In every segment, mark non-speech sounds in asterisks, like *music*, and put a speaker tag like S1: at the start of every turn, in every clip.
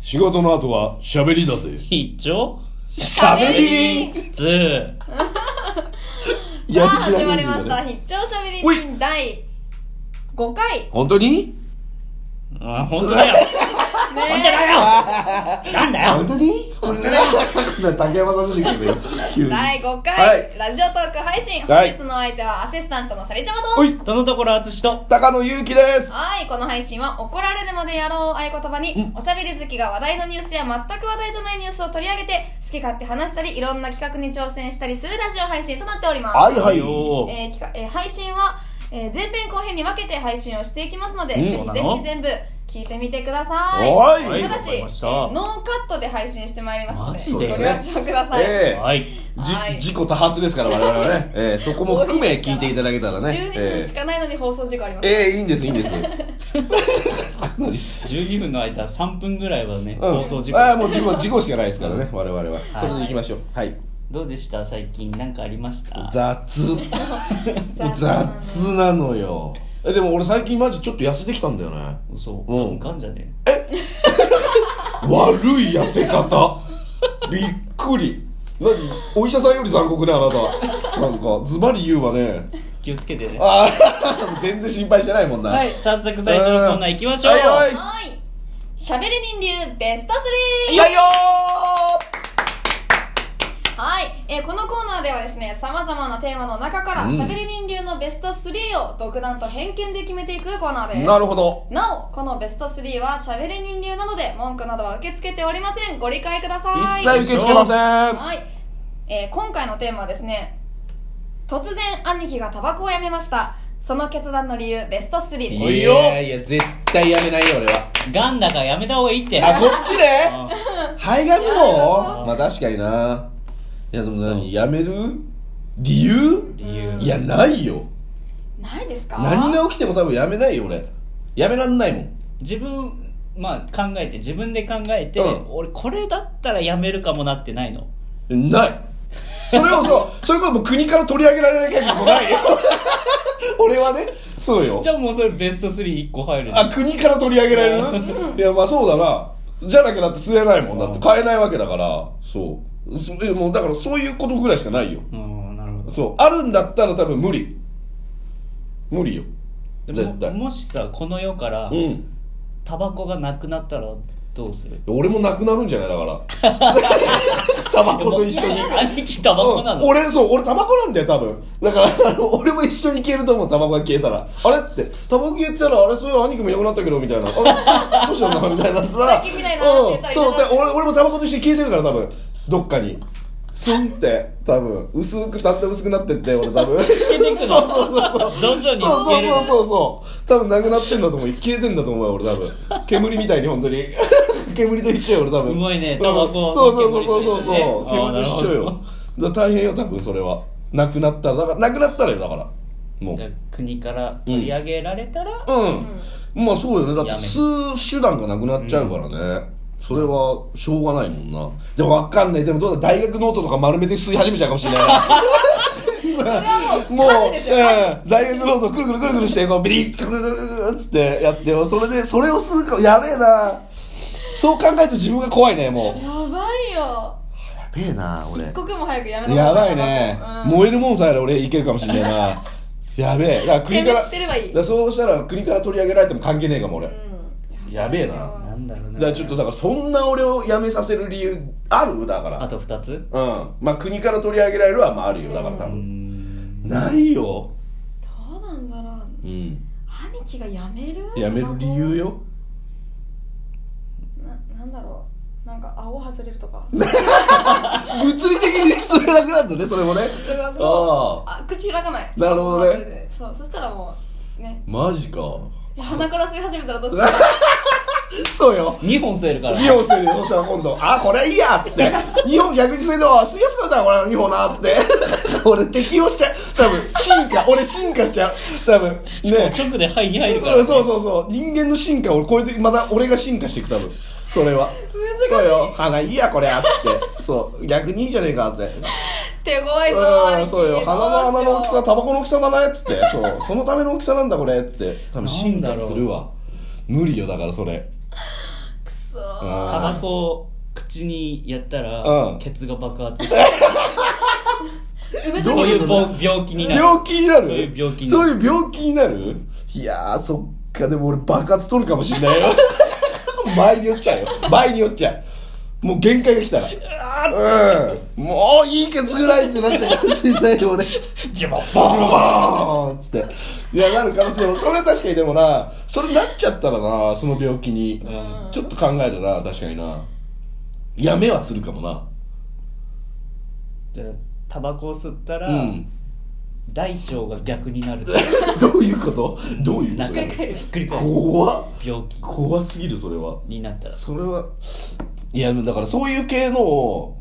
S1: 仕事の後は喋りだぜ。
S2: 一丁
S1: 喋。
S3: り
S2: ずー
S3: さあ始まりました「必聴しゃべり人」第5回ね
S1: 本当に
S2: あ、ほんとだよほんとだよなんだよ
S1: 当に俺ら、竹山さん出てきたよ。急に
S3: 第5回、
S1: はい
S3: ラジオトーク配信
S1: は
S3: 本
S1: い
S3: 日のお相手はアシスタントのされちゃま
S1: お
S3: と
S1: い、
S2: そのところ、あつしと。
S1: 高野祐希です。
S3: はいこの配信は怒られるまでやろうを合言葉におしゃべり好きが話題のニュースや全く話題じゃないニュースを取り上げて好き勝手話したりいろんな企画に挑戦したりするラジオ配信となっております、
S1: はいはい。
S2: よー
S3: えー企画えー配信は、えー前編後編に分けて配信をしていきますので、
S1: うん
S3: ぜ
S2: そう
S3: ひ
S2: な
S3: ぜ
S2: の
S3: ひ全部聞いてみてください
S1: お
S2: はいい
S3: ただし、
S2: わかり
S3: え
S2: ました
S3: ーノーカットで配信してまいりますの
S2: マ
S3: で
S2: ジ
S1: で
S3: ご了承ください、
S1: え
S2: はい。
S3: はい
S1: じ、事故多発ですから、我々はね。えーそこも含め聞いていただけたらね。
S3: 12分
S1: え
S3: しかないのに放送事故ありま
S1: ー
S3: す、
S1: えー、いいんです、いいんです。何
S2: 12分の間、3分ぐらいはね、
S1: うん
S2: 放送時
S1: ああ、
S2: 間。
S1: もう事故、事故しかないですからね、我々は。それで行きましょう。はい。
S2: どうでした最近、なんかありました
S1: 雑。雑なのよ。え、でも俺最近マジちょっと痩せてきたんだよね。
S2: 嘘。
S1: うん
S2: なんかあんじゃね
S1: 悪い痩せ方びっくりなお医者さんより残酷ねあなたなんかズバリ言うわね
S2: 気をつけてね。
S1: ああ *laughs* 全然心配してないもんな
S2: はい、早速最初のコーナー行きましょう。
S1: はいはい
S3: はいしゃべり人流ベスト
S1: い
S3: 3
S1: やよ
S3: はい、えーこのコーナーではですねさまざまなテーマの中から、
S1: うん
S3: しゃべり人流のベスト3を独断と偏見で決めていくコーナーです
S1: ーなるほど
S3: なおこのベスト3はしゃべり人流なので文句などは受け付けておりませんご理解ください
S1: 一切受け付けません
S3: はい、えー今回のテーマはですね突然兄貴がタバコをやめましたその決断の理由ベスト3で
S2: お
S3: す
S2: いよ
S1: いや絶対やめないよ俺は
S2: ガンだからやめた方がいいって。
S1: あそっちね
S2: うん
S1: 肺がん
S3: そ
S1: もまあ確かにないやでも何やめる理由
S2: 理由。
S1: いやないよ
S3: ないですか
S1: 何が起きても多分やめないよ俺やめらんないもん
S2: 自分まあ考えて自分で考えて、
S1: うん
S2: 俺これだったらやめるかもなってないの
S1: ないそれを *laughs* そうそれこそもう国から取り上げられない限りもないよ俺はねそうよ
S2: じゃあもうそれベスト31個入る
S1: あ国から取り上げられるいやまあそうだなじゃなきゃだって吸えないもんだって買えないわけだからそうそえもうだからそういうことぐらいしかないよ
S2: うんなるほど
S1: そうあるんだったら多分無理無理よ
S2: でも
S1: 絶対
S2: もしさこの世から
S1: うん
S2: タバコがなくなったらどうする
S1: 俺もなくなるんじゃないだから *laughs* タバコと一緒に
S2: *laughs* 兄貴タバコなの、
S1: うん俺そう俺タバコなんだよ多分だから *laughs* あの俺も一緒に消えると思うタバコが消えたらあれってタバコ消えたらあれそういう兄貴もいなくなったけどみたいなあれ *laughs* どうしたのみたいになったら
S3: 最近見ないなーっ
S1: う
S3: て言った
S1: ん
S3: ら
S1: そう
S3: いなくなっ
S1: だ
S3: た
S1: 俺俺もタバコと一緒に消えてるから多分どっかにスンって多分薄くだんだん薄くなってって俺多
S3: *laughs*
S1: 分消えていくのそうそうそうそう
S2: 徐々に消える
S1: そうそうそうそう多分なくなってんだと思う消えてんだと思うよ俺多
S2: *laughs*
S1: 分煙みたいに本当に煙と一緒よ俺多分
S2: うまいねタバコ
S1: うんそうそうそうそうそうそう
S2: 煙と一緒ね
S1: 煙と一緒よ
S2: あーなる
S1: だから大変よ多分それはなくなったらだからなくなったらよだからもう
S2: じゃあ国から取り上げられたら、
S1: うん、まあそうよねだって
S2: やめる
S1: 吸う手段がなくなっちゃうからね、それはしょうがないもんなでもわかんないでもどうだ大学ノートとか丸めて吸い始めちゃうかもしれないもう
S3: 火事ですよ
S1: うん大学ノートくるくるくるくるしてこうビリッくるくるくるっつってやってよそれでそれを吸うかやべえなそう考えると自分が怖いねもうや
S3: やばいよ
S1: べえな俺
S3: 一刻も早くやめた
S1: やばいね、
S3: も
S1: 燃えるもんさえあれば俺いけるかもしれないなやべえだから国から
S3: やってればいい
S1: だからそうしたら国から取り上げられても関係ねえかも俺、やべえな
S3: う
S2: なんだろう
S1: だ
S2: な
S1: からちょっとだからそんな俺を辞めさせる理由あるだか
S2: あ
S1: ら
S2: と2つ
S1: うんまあ国から取り上げられるはまああるよだから多
S2: う
S1: 分、
S2: ん
S1: ないよ
S3: どうなんだろう
S1: うん
S3: 兄貴がやめる
S1: 辞める理由よ
S3: ななんだろうなんか顎外れるとか
S1: 物理的にそれなくなるんだねそれもね
S3: だからこ
S1: あ
S3: うあ口開かない
S1: なるほどね
S3: マジでそうそしたらもうね
S1: マジか
S3: いや鼻から吸い始めたらどうしよう
S1: そうよ
S2: 2本吸えるから
S1: 2本するよそしたら今度「あこれいいや」っつって「2本逆にするのは吸いやすくなったなこれ2本な」っつって *laughs* 俺適応しちゃう多分進化俺進化しちゃう多分ね
S2: 直で肺に入るから、
S1: うんそうそうそう人間の進化を超えてまた俺が進化していく多分それは
S3: 難しい
S1: そうよ鼻いいやこれっつってそう逆にいいじゃねえかっつって
S3: 手強いぞ
S1: う
S3: 兄
S1: ん
S3: 貴
S1: そうよ鼻の穴の大きさ
S3: どうしよ
S1: タバコの大きさだなっつってそうそのための大きさなんだこれっつって多分進化するわ無理よだからそれ
S3: うくそー
S2: タバコを口にやったら、
S1: うん
S2: ケツが爆発して
S3: 埋めとき
S2: そう
S3: ま
S2: い
S3: す
S2: う
S3: ね
S2: 病病気になる
S1: 病気になる
S2: そういう病気にな
S1: そ
S2: る
S1: ういう病気になるいやーそっかでも俺爆発取るかもしんないよ *laughs* 前によっちゃうよ前によっちゃうもう限界が来たらうんもういいケツぐらいってなっちゃうかもしんないよ俺
S2: ジバ
S1: バチバーンっつっていやなる可能性でもそれは確かにでもなそれなっちゃったらなその病気に、
S2: うん
S1: ちょっと考えるな確かになやめはするかもな
S2: でタバコを吸ったら、
S1: うん
S2: 大腸が逆にな
S1: *laughs*
S2: る
S1: どういうことどういう
S2: な
S1: こ
S2: んか
S3: ひっくり返る
S2: ひっくり
S1: と
S2: 返る
S1: 怖っ
S2: 病気
S1: 怖すぎるそれは
S2: になったら
S1: それはいやだからそういう系の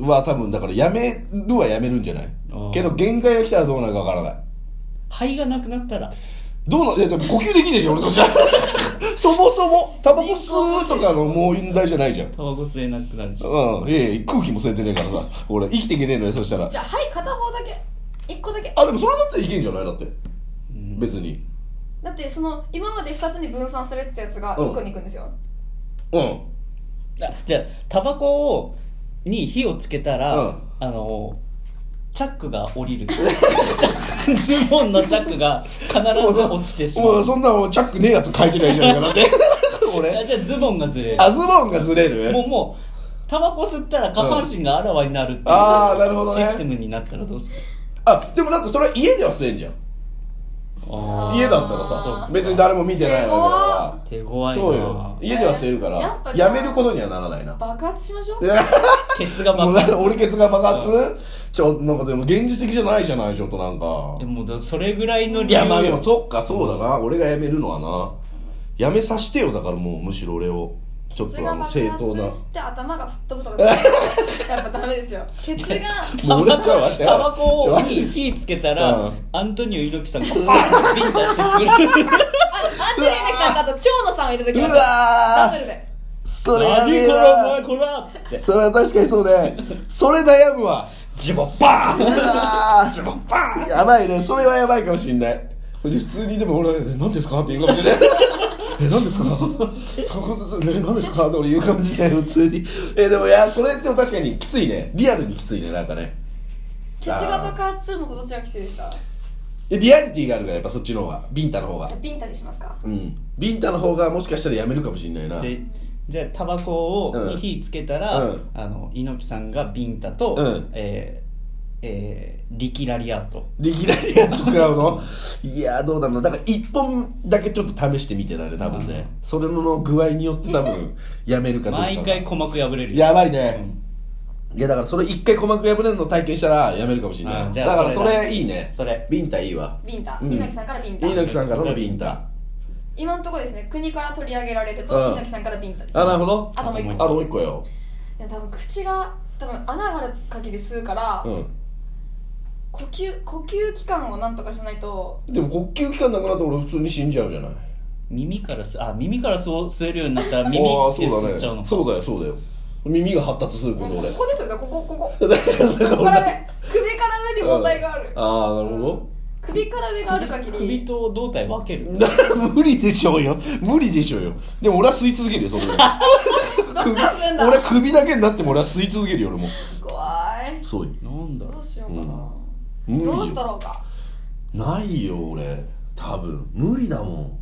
S1: は多分だからやめるはやめるんじゃない
S2: ああ
S1: けど限界が来たらどうなるかわからない
S2: 肺がなくなったら
S1: どうないやでも呼吸できねえじゃん俺とじゃ *laughs* そもそもタバコ吸うとかの問題じゃないじゃん
S2: タバコ吸えなくなるし
S1: うんいやいや空気も吸えてねえからさ俺生きていけねえのよそしたら
S3: じゃあはい片方だけ一個だけ
S1: あでもそれだったらいけんじゃないだって
S2: うん
S1: 別に
S3: だってその今まで2つに分散されてたやつが
S1: うん
S3: 1個に行くんですよ、
S1: うん
S2: あじゃあタバコをに火をつけたら、
S1: うん
S2: あのチャックが降りるズボンのチャックが必ず落ちてしま
S1: も
S2: う
S1: うそんなもうチャックねえやつ書いてないじゃないかだって *laughs*
S2: あ
S1: 俺
S2: じゃあズボンがずれる
S1: あズボンがずれる
S2: もうもうタバコ吸ったら下半身があらわになるっていう、
S1: ああなるほど
S2: システ
S1: ね
S2: ムになったらどうする
S1: あでもだってそれは家では吸えんじゃん
S2: あ
S1: 家だったら
S2: そ
S1: さ
S2: う
S1: 別に誰も見てないわ
S2: ー手
S1: けだ
S2: 強
S1: から
S2: い
S1: そうよ
S2: な
S1: 家では吸えるから
S3: やっぱ
S1: やめることにはならないな
S3: 爆発しましょう
S2: ケツが
S1: も
S2: 爆
S1: う
S2: 発
S1: なんか *laughs* 俺ケツが爆発ちょっとなんかでも現実的じゃないじゃないちょっとなんか
S2: でもだそれぐらいの
S1: い
S2: 理由
S1: やまあでもそっかそうだな、俺が辞めるのはな辞めさせてよだからもうむしろ俺をちょっ
S3: ケツ
S1: とあ
S3: が
S1: の
S3: 爆
S1: 正当な
S3: 発して頭が吹っ飛ぶとかやっぱダメですよケツが
S1: もう俺ちゃうわ違う
S2: タバ
S1: ちょ
S2: コ
S1: っと
S2: に火つけたら、
S1: うん
S2: アントニオ猪木さんがパンってビンタしてくる
S3: あアントニオ猪木さんとあと蝶野さんを入れときましょ
S1: う
S3: うダ
S1: わ
S3: ブル
S1: ー
S3: で
S1: それやべえ
S2: 何これお前
S1: な
S2: こらっつって
S1: それは確かにそうねそれ悩むわ
S2: ジボバ
S1: う
S2: ーン
S1: わ
S2: ジボバー
S1: ー
S2: ン
S1: やばいねそれはやばいかもしんない普通にでも俺「え何ですか?」って言うかもしれ *laughs* ないえ何ですかタバコ吸ってえ何ですか?」って俺言うかもしれない普通にえでもいやそれでも確かにきついねリアルにきついねなんかね
S3: ケツが爆発するのとどっちがきついですか
S1: えリアリティがあるからやっぱそっちの方がビンタの方が
S3: じゃあビンタにしますか
S1: うんビンタの方がもしかしたらやめるかもしれないな
S2: でじゃあタバコ
S1: う
S2: を
S1: ん
S2: に火つけたら、
S1: うん
S2: あの猪木さんがビンタと、
S1: うん
S2: えーえー、リキラリアート
S1: 力ラリアと食らうのいやーどうだろうなだから1本だけちょっと試してみてだね多分ねそれの具合によって多
S2: *laughs*
S1: 分やめるかどうかが
S2: 毎回鼓膜破れる
S1: やばいね、いやだからそれ1回鼓膜破れるの体験したらやめるかもしれな
S2: あ
S1: い
S2: じゃ
S1: だ
S2: あ
S1: から
S2: そ
S1: そ
S2: れだ
S1: れいいね
S2: それ
S1: ビンタいいわ
S3: ビンタ
S1: うん
S3: 猪木さんからビンタ
S1: 猪木さんからのビンタ
S3: 今のところですね国から取り上げられると
S1: うん
S3: 猪木さんからビンタです
S1: あなるほど
S3: あともう一個
S1: あともう1個よ
S3: いや多分口が多分穴がある限り吸うから、
S1: うん
S3: 呼吸呼吸器官をなんとかしないと
S1: でも呼吸器官なくなって俺普通に死んじゃうじゃない
S2: 耳からすあ耳からそう吸えるようになったら耳
S1: ああ
S2: って
S1: そうだ
S2: 吸っ
S1: ね
S2: ちゃうの
S1: そうだよそうだよ耳が発達するこ
S3: もう
S1: と
S3: こ
S1: で
S3: こですよじゃあこここ
S1: *laughs*
S3: こ
S1: だからだから
S3: ここから上首から上に問題がある
S1: ああなるほ
S3: 首から上がある限り
S2: 首と胴体分ける
S1: どだから *laughs* 無理でしょうよ無理でしょうよでも俺は吸い続けるよ
S3: *laughs*
S1: それで
S3: どっから吸うんだ
S1: 俺首だけになっても俺は吸い続けるよ俺も
S3: 怖い
S1: そうよ
S2: なんだろ
S3: ど
S2: う
S3: うしようかな、
S1: 無理よ
S3: どうしたろうか
S1: ないよ俺多分無理だも、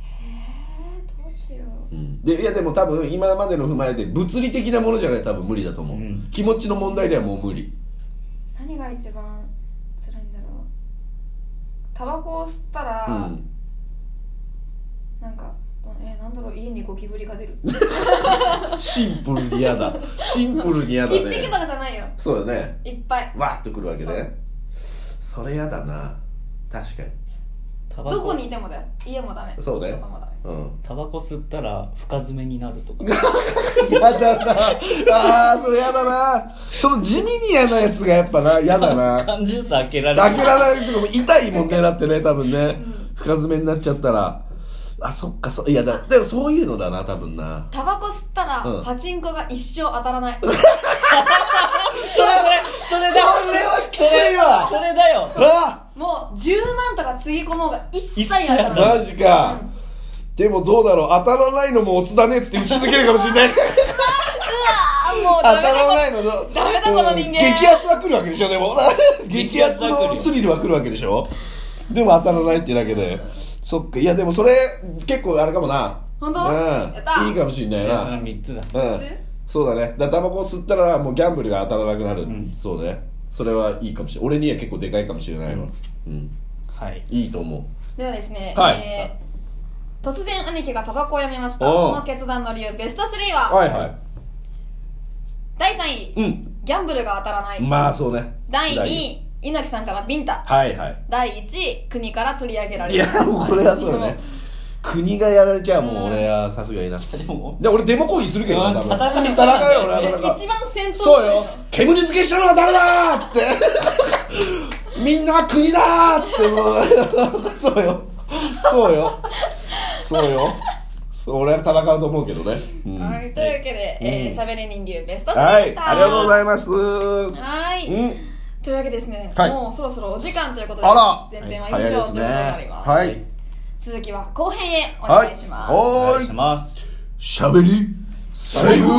S3: えー、どうしようん
S1: うん、でいやでも多分今までの踏まえて物理的なものじゃない多分無理だと思う、
S2: うん
S1: 気持ちの問題ではもう無理
S3: 何が一番辛いんだろうタバコを吸ったら、
S1: うん
S3: なんかえー、なんだろう家にゴキブリが出る
S1: シンプルに嫌
S3: *laughs*
S1: だシンプルに嫌だ
S3: 一匹
S1: ね
S3: とかじゃないよ
S1: そうだね
S3: いっぱい
S1: わーっとくるわけねそれやだな確かに
S2: タバ
S3: どこ
S2: コ
S3: にいてもだよ家もダメ
S1: そうね
S3: 外もダ
S1: う
S3: メ
S1: ん
S2: タバコ吸ったら深爪になるとか
S1: やだなあーそれやだなその地味に嫌なやつがやっぱな嫌だな
S2: 缶ジュース開けられ
S1: 開
S2: る
S1: けられないとかも痛いもんねだってね多分ね深爪になっちゃったらあそっかそいやだでもそういうのだな多分な
S3: タバコ吸ったら、
S1: うん
S3: パチンコが一生当たらない
S2: それそれそれだ
S1: それはきついわ
S2: それそれだよ
S1: あ
S3: もう10万とかつぎ込もうが一切当たら
S2: 一切当たら
S3: な
S2: ないい
S1: マジか、でもどうだろう当たらないのもオツだねっつって打ち続けるかもしれない
S3: あもう
S1: 当た
S3: ダメだ
S1: ら
S3: こ
S1: ないのだ
S3: ダメだこの人間
S1: 激アツは来るわけでしょでも *laughs* 激アツのスリルは来るわけでしょでも当たらないってだけで、そっかいやでもそれ結構あれかもな
S3: 本当
S1: うん
S3: やった
S1: いいかもしれない
S2: じゃあその
S1: な
S2: 3つだ
S1: うんそうだねだからタバコ吸ったらもうギャンブルが当たらなくなる、
S2: ん
S1: そうねそれはいいかもしれない俺には結構でかいかもしれないわうん
S2: はい
S1: いいと思う
S3: ではですね、
S1: はい
S3: えー突然兄貴がタバコをやめました
S1: おう
S3: その決断の理由ベスト3は、
S1: はいは
S3: 第3位、
S1: いうん
S3: ギャンブルが当たらない、
S1: まあそうね
S3: 第2
S1: 辛いよ
S3: 位猪木さんからビンタ
S1: はいはい
S3: 第1位国から取り上げられ
S1: い
S3: る
S1: やもうこれはそうね国がやられちゃうもう俺はさすがにな
S2: でも
S1: で俺デモ抗議するけどな
S2: うん
S1: 多分
S2: 戦い
S1: 戦うよ俺は
S2: え
S1: 戦う
S3: 一番先頭
S1: そうよ煙付けしたのは誰だーっつって *laughs* みんなは国だーっつってそう *laughs* そうよそうよそうよそう俺は戦うと思うけどね、うんは
S3: はいい、というわけで、え
S1: うん
S3: ー、しゃべれ人流ベスト3でした、
S1: ありがとうござ
S3: い
S1: いますうん
S3: ますはい、というわけでですね、
S1: はい
S3: もうそろそろお時間ということで
S1: あら
S3: 前編は以
S1: 早い
S3: 上
S1: で
S3: ということ
S1: す
S3: に
S1: ね
S3: なります、
S1: はい
S3: 続きは後編へお
S1: は
S3: 願
S1: い
S3: いします、
S2: お
S1: は
S2: 願いし
S1: ーい
S2: ます
S1: しゃべり最後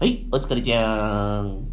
S2: はいお疲れちゃーん